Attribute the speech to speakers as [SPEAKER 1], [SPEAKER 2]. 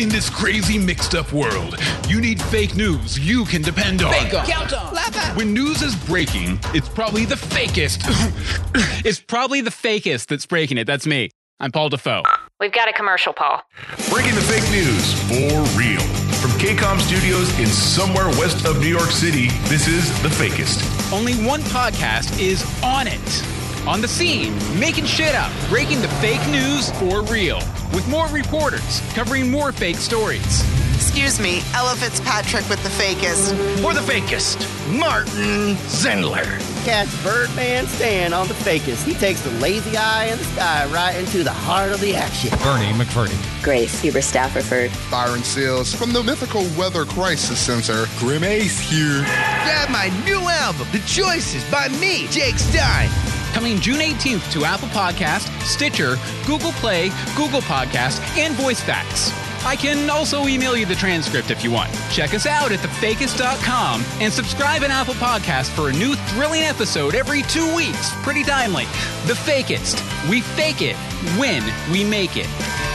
[SPEAKER 1] In this crazy mixed up world, you need fake news you can depend on.
[SPEAKER 2] Fake 'em.
[SPEAKER 3] Count on.
[SPEAKER 1] When news is breaking, it's probably the fakest.
[SPEAKER 4] It's probably the fakest that's breaking it. That's me. I'm Paul Defoe.
[SPEAKER 5] We've got a commercial, Paul.
[SPEAKER 6] Breaking the fake news for real. From KCOM Studios in somewhere west of New York City, this is The Fakest.
[SPEAKER 4] Only one podcast is on it. On the scene, making shit up, breaking the fake news for real, with more reporters covering more fake stories.
[SPEAKER 7] Excuse me, Ella Fitzpatrick with the fakest.
[SPEAKER 8] For the fakest, Martin Zendler.
[SPEAKER 9] Catch Birdman Stan on the fakest. He takes the lazy eye in the sky right into the heart of the action.
[SPEAKER 10] Bernie McFerdy.
[SPEAKER 11] Grace Huber Stafford.
[SPEAKER 12] Byron Seals from the mythical Weather Crisis Center.
[SPEAKER 13] Grim Ace here.
[SPEAKER 2] Grab my new album, The Choices, by me, Jake Stein.
[SPEAKER 4] Coming June 18th to Apple Podcast, Stitcher, Google Play, Google Podcast, and VoiceFacts. I can also email you the transcript if you want. Check us out at thefakest.com and subscribe an Apple Podcast for a new thrilling episode every two weeks. Pretty timely. The Fakest. We fake it when we make it.